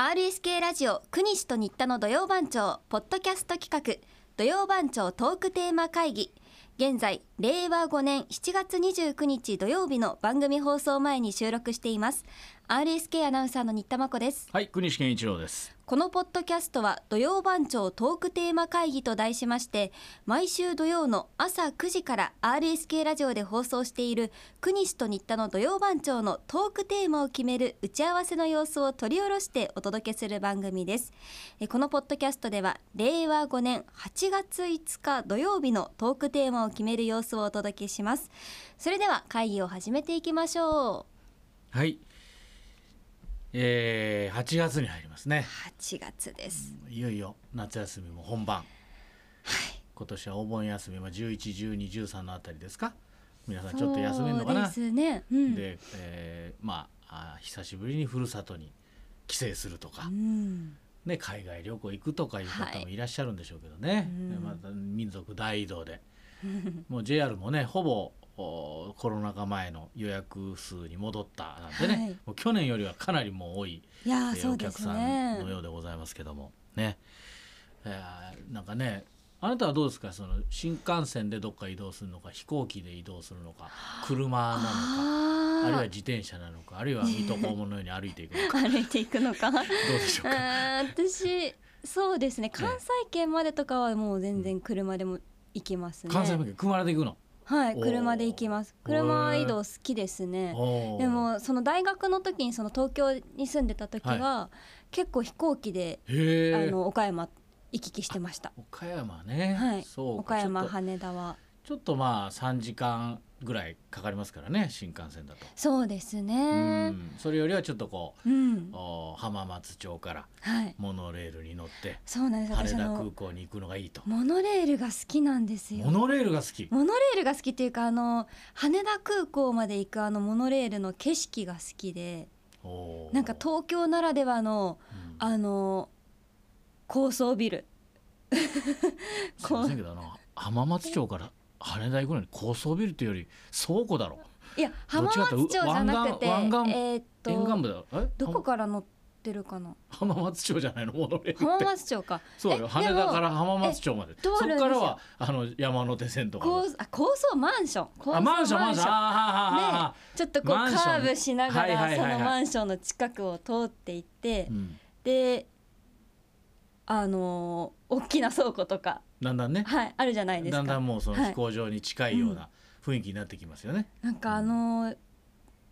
RSK ラジオ国西と新田の土曜番長ポッドキャスト企画土曜番長トークテーマ会議現在令和5年7月29日土曜日の番組放送前に収録しています RSK アナウンサーの新田真子ですはい、国西健一郎です。このポッドキャストは土曜番長トークテーマ会議と題しまして毎週土曜の朝9時から RSK ラジオで放送している国西と新田の土曜番長のトークテーマを決める打ち合わせの様子を取り下ろしてお届けする番組ですえこのポッドキャストでは令和5年8月5日土曜日のトークテーマを決める様子をお届けしますそれでは会議を始めていきましょうはい。えー、8月に入りますね。 8月ですいよいよ夏休みも本番。今年はお盆休みは11、12、13のあたりですか。皆さんちょっと休めるのかな。そうですね、うん、で、えーまああー久しぶりにふるさとに帰省するとか、うんね海外旅行行くとかいう方もいらっしゃるんでしょうけどね。うんでまた民族大移動で。 もう JR もねほぼおコロナ禍前の予約数に戻ったなんてね、はいもう去年よりはかなりもう多い、いやーえーそおうで客すさねんのようでございますけどもねえーなんかねあなたはどうですかその新幹線でどっか移動するのか飛行機で移動するのか車なのかあるいはあ自転車なのかあるいは水戸黄門のように歩いていくのーか歩いていくのか あどうでしょうか。ー私そうですね関西圏までとかはもう全然車でも行きますね関西向け車で行くの、はいおー車で行きます車移動好きですねおーでもその大学の時にその東京に住んでた時は、結構飛行機でへあーの岡山行き来してました岡山ね、はいそうか岡山ちょっと羽田はちょっとまあ3時間ぐらいかかりますからね新幹線だと、そうですうねんそれよりはちょっとこうん、うお浜松町からはいモノレールに乗ってそうなんです羽私田あ空の港に行くのがいいとモノレールが好きなんですよモノレールが好きモノレールが好きっていうかあの羽田空港まで行くあのモノレールの景色が好きでおーなんか東京ならではのうんあの高層ビルすいませんけどあの浜松町から羽田行くのに高層ビルというより倉庫だろいやどっ浜ちかって松町じゃなくてえ湾岸湾岸ーっ沿岸と部だろえどこから乗ってるかなは浜松町じゃないのモノレールっ浜て松町かそうえでよも羽田から浜松町までえそ通るこんですよからはあの山手線とか高あ高層マンション高あ層マンションマンションあーはあはあはあねちょっとこうカマンションーブしながはいはらいそはいはいのマンションの近くを通っていって、うんであのー大きな倉庫とか、だんだんねはい、あるじゃないですか。だんだんもうそはのい飛行場に近いような雰囲気になってきますよね。なんかあのー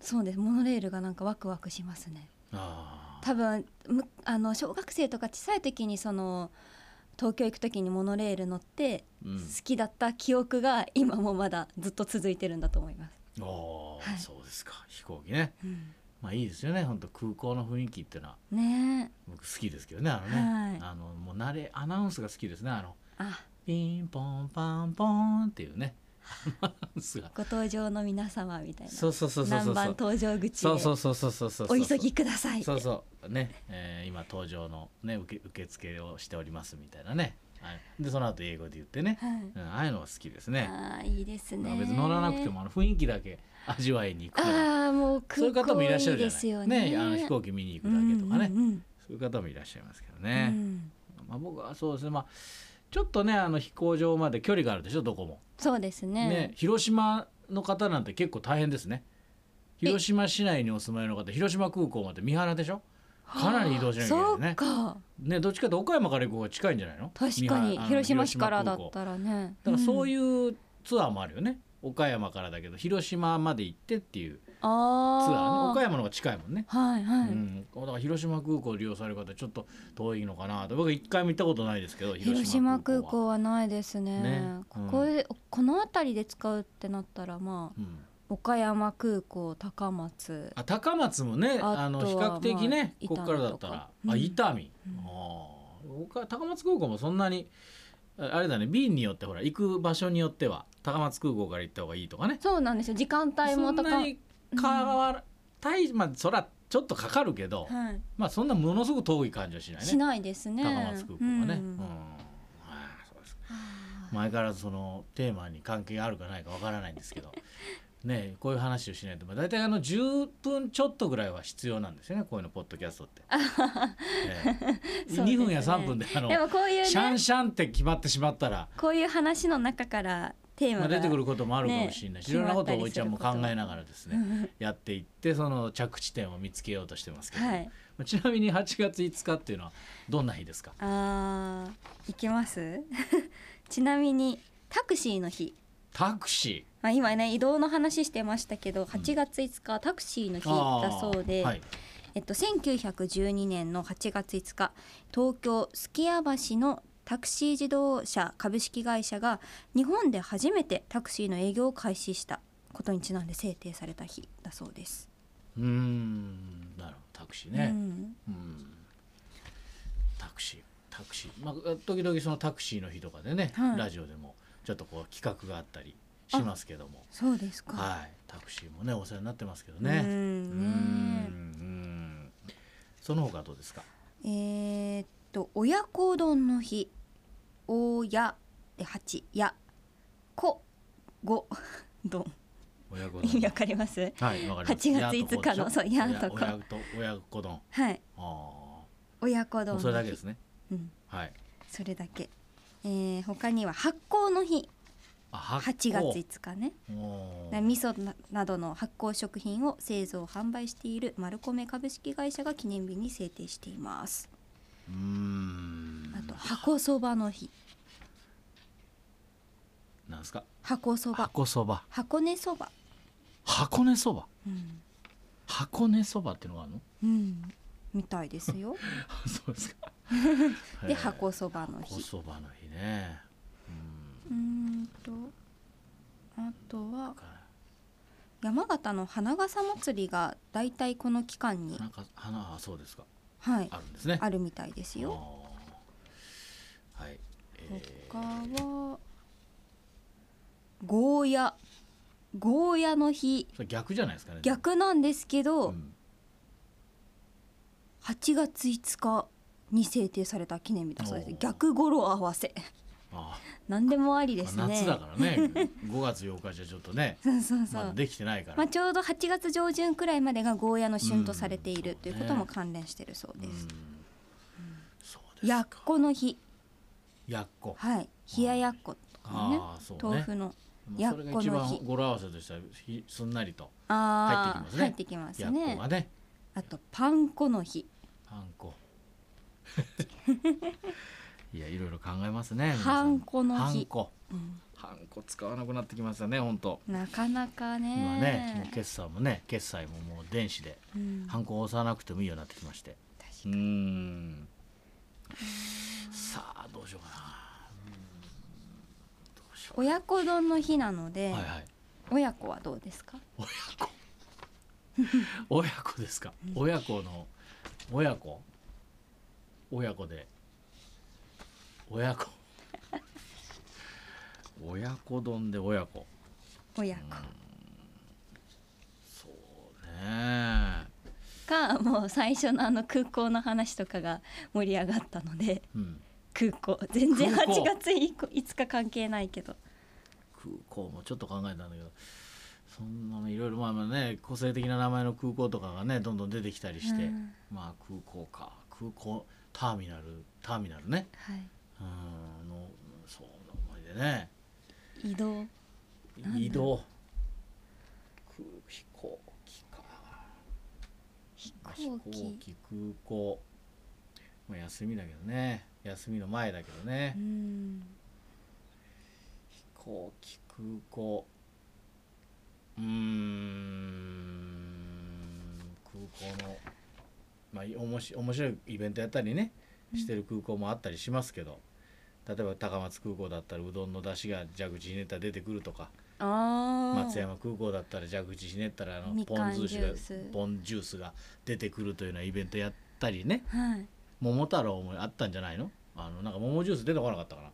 そうですモノレールがなんかワクワクしますねああ多分むあの小学生とか小さい時にその東京行く時にモノレール乗ってう好ん、きだった記憶が今もまだずっと続いてるんだと思います、おーはいそうですか飛行機ねうんまあいいですよね本当空港の雰囲気っていうのはねえ僕好きですけどねあのね、はいあのもう慣れアナウンスが好きですねあのあピンポンパンポンってい うねアナウンスがご登場の皆様みたいなそうそうそうそうそ何う番登場口そうそうへそうそうそうそうお急ぎくださいそうそうね、えー今登場のね受け受付をしておりますみたいなね、はい、でその後英語で言ってね、はいうん、ああいうのは好きですね。ああいいですまねあ別に乗らなくてもあの雰囲気だけ味わいに行くからああもうそうい空う方港もいいらっしゃいるですじゃなよいね。ねあの飛行機見に行くだけとかね、そういう方もいらっしゃいますけどうんうんうね、んまあ、僕はそうですね、まあ、ちょっとねあの飛行場まで距離があるでしょどこも、そうですね。ね広島の方なんて結構大変ですね広島市内にお住まいの方広島空港まで三原でしょかなり移動しなきゃいけないよねそうか。ねどっちかって岡山から行く方が近いんじゃないの確三かに原あの広島市からだ広島空港ったらね。だからそううんいうツアーもあるよね、岡山からだけど広島まで行ってっていうツアーねあ岡あ。山の方が近いもんね、はいはうい。ん、だから広島空港を利用される方ちょっと遠いのかなと僕は一回も行ったことないですけど広島空は港はないですねね。ここうでこの辺りで使うってなったらまあうん、岡山空港高松。あ高松もあねとはあの比較的ね、まあここからだったらあ伊伊丹丹、うんあー僕は高松空港もそんなにああれだね便によってほら行く場所によっては高松空港から行った方がいいとかねそうなんですよ時間帯そもん高なに変わらない、まあそらちょっとかかるけど、はい。まあそんなものすごく遠い感じはしないねしないですね。高松空港はうね、うんんあーそうですあー前からそのテーマに関係あるかないかわからないんですけど ねこういう話をしないと、まあ、大体あの10分ちょっとぐらいは必要なんですよねこういうのポッドキャス トって、ええそうですね2分や3分であのでもこういうシャンねシャンって決まってしまったら、こういう話の中からテーまマあ、が出てくることもあるかもしれないし、ねいろんなこと決まをったおりいすちゃるんこもと考えながらですねやっていってその着地点を見つけようとしてますけど、はいまあちなみに8月5日っていうのはどんな日ですかあーいきます ちなみにタクシーの日、タクシまあ、今ね移動の話してましたけど8月5日はタクシーのー日だそうで、あーはいえっと、1912年の8月5日東京数屋橋のタクシー自動車株式会社が日本で初めてタクシーの営業を開始したことにちなんで制定された日だそうです。うーんなるほどタクシーね、うんうんタクシータクシー、まあ、時々そのタクシーの日とかでね、はいラジオでもちょっとこう企画があったりしますけどもそうですか、はいタクシーもねお世話になってますけどねううんねんその他どうですかえーっと親子丼の日「おや」で八や「こ」「ご」 「どん親子」意味わ丼かりますはいわかります8月5日のそうやんとこ親親と親子丼はいああも親子う丼それだのけで日すねうんはいそれだけ、えー、他には発酵の日あ8月5日ねおー味噌ななどの発酵食品を製造販売している丸米株式会社が記念日に制定していますうーんあと箱そばの日なんですか箱そば箱そば箱根そば箱根そばうん、箱根そばっていうのがある のうん、みたいですよそうですか でへー箱そばの箱日そばの日ねうーんとあとは山形の花笠祭りがだいたいこの期間うにん、なんか花はそうですかはいあるんですねあるみたいですよあーはい、え他はゴーヤゴーヤの日ー、それ逆じゃないですかね逆なんですけど、うん8月5日に制定された記念日だそうでおすー逆語呂合わせ あ何でもありーですね夏だからね 5月8日じゃちょっとねそうそうそう、まだまできてないから、あ、ちょうど8月上旬くらいまでがゴーヤの旬とされている、うんということも関連してるそううでんす、そうですかやっこの日やっこはい冷ややっことかねああそうね豆腐のまあそれがやっ一この番日語呂合わせとしてはひすんなりとああ入ってきまやっこがねあとパン粉の日ハン コいやいろいろ考えますね皆さんハンコの日ハンコうんハンコ使わなくなってきましたね本当なかなかね今ねもう決算もね決済ももう電子でうんハンコを押さなくてもいいようになってきまして確かうーんさあどうしようか親子丼の日なので、なはいはい親子はどうですか親子親子ですか親子の親子親子で親 子親子丼で親子親子そうねかもう最初のあの空港の話とかが盛り上がったのでうん空港全然空港8月5日関係ないけど空港もちょっと考えたんだけどそんなのいろいろまあまあね個性的な名前の空港とかがねどんどん出てきたりして、うんまあ空港か空港ターミナルターミナルねはいうんあのそうの思い出ね移動なんだ移動空飛行機か飛まあ行機空港まあ休みだけどね休みの前だけどね、うん飛行機空港うーん空港のまあいおもし面白いイベントやったりねしてる空港もあったりしますけど、例えば高松空港だったらうどんの出汁が蛇口ひねったら出てくるとかああ松山空港だったら蛇口ひねったらあのみポかンん酢ジ酒ュがースポンジュースが出てくるというようなイベントやったりねはい桃太郎もあったんじゃないのあのなんか桃ジュース出てこなかったかな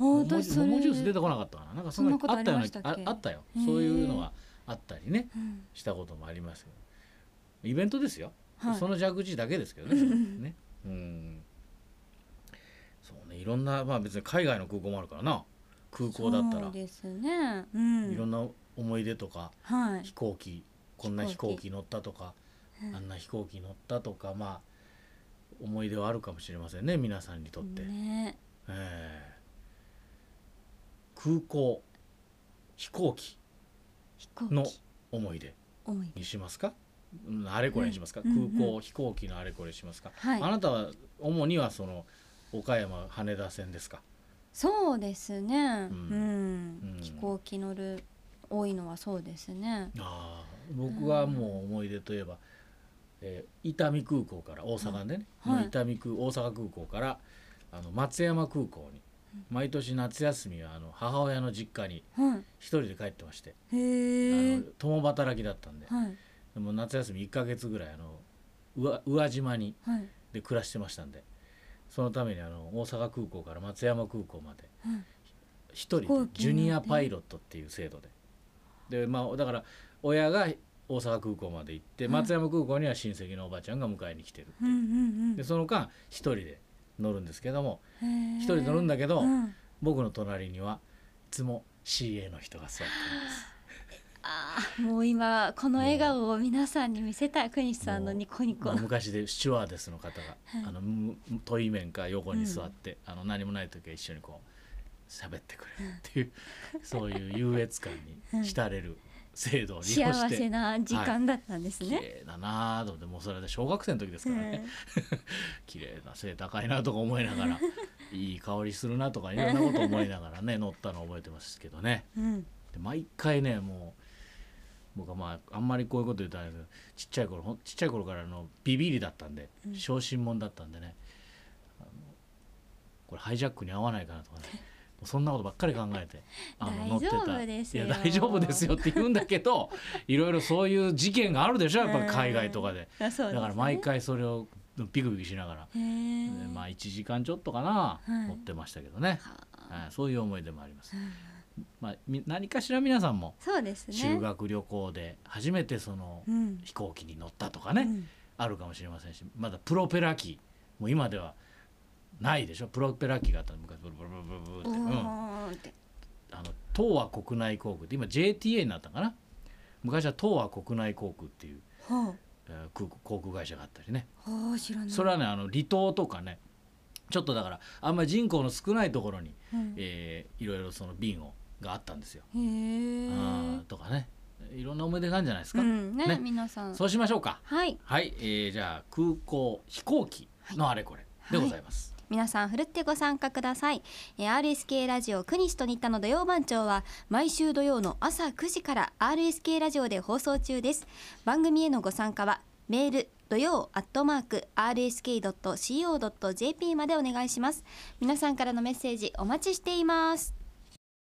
おー桃桃私ジそれュース出てこなかったかななんかそんそんななことありましたっけあったようなああったよへーそういうのはあったりねうんしたこともありますけどイベントですよ、はいその蛇口だけですけどねね うんそうねいろんなまあ別に海外の空港もあるからな空港だったそらうですねうんいろんな思い出とかはい飛行機こんな飛行飛行機乗ったとかうんあんな飛行機乗ったとかまあ思い出はあるかもしれませんね皆さんにとって。ねえー空港飛行機飛行の機思い出思いにしますか、うん、あれこれにしますか、うんうん空港、う飛行機のあれこれにしますか、はいあなたは主にはその岡山羽田線ですかそうですね、ううんんうん飛行機乗る多いのはそうですねあー僕はもう思い出といえば、えー伊丹空港から大阪でね、はいはい伊丹空大阪空港からあの松山空港に毎年夏休みはあの母親の実家には一人で帰ってまして、いへあえの共働きだったんで、はいでも夏休み1ヶ月ぐらいあの宇和宇和島にはいで暮らしてましたんでそのためにあの大阪空港から松山空港まではい一人で飛行機ジュニアパイロットっていう制度ででまあだから親が大阪空港まで行ってうん松山空港には親戚のおばちゃんが迎えに来てるってうんいううんうんでその間一人で乗るんですけどもへえ一人で乗るんだけどうん僕の隣にはいつも CA の人が座ってるんです。あーもう今この笑顔を皆さんに見せたい国西さんのニコニコまあの昔でシチュワーデスの方が、はいあのむ問い面か横に座って、あの何もない時は一緒にこう喋ってくれるっていう、そういう優越感に浸れる制度を利用幸して、せな時間だったんです綺ね。麗だなあと思ってもうそれで小学生の時ですうかんらね、綺麗な背高いなとか思いな がらいい香りするなとかいろんなこと思いながらね乗ったのを覚えてますけどねうんで毎回ねもう僕はまああんまりこういうこと言ったらあれですけどちっちゃい頃ほんちっちゃい頃からのビビりだったんでうん小心者だったんでね、あのこれハイジャックに合わないかなとか ねもうそんなことばっかり考えてあの乗って大丈た夫ですよいや大丈夫ですよって言うんだ けどいろいろそういう事件があるでしょやっぱり海外とかで。あそうですねだから毎回それをビクビクしながら、へえでまあ1時間ちょっとかはな、い乗ってましたけどね、はあはい、そういう思い出もありますう。んまあ、み何かしら皆さんもそうですね。修学旅行で初めてそのうん飛行機に乗ったとかね、うんあるかもしれませんしまだプロペラ機もう今ではないでしょプロペラ機があったの昔ブルブルブルブルブルって、うん、あおーっての東亜国内航空って今 JTA になったかな昔は東亜国内航空っていう、ほうえー空港航空会社があったりねほう知らない。それはねあの離島とかねちょっとだからあんまり人口の少ないところに、うんへえーいろいろその便をがあったんですよ。え。あーとかねいろんな思い出があるんじゃないですか、うんねね皆さん。そうしましょうかはいはい、えーじゃあ空港飛行機のあれこれでございます、皆さんふるってご参加ください、えー RSK ラジオ国西と新田の土曜番長は毎週土曜の朝9時から RSK ラジオで放送中です番組へのご参加はメール土曜アットマーク RSK.CO.JP までお願いします皆さんからのメッセージお待ちしています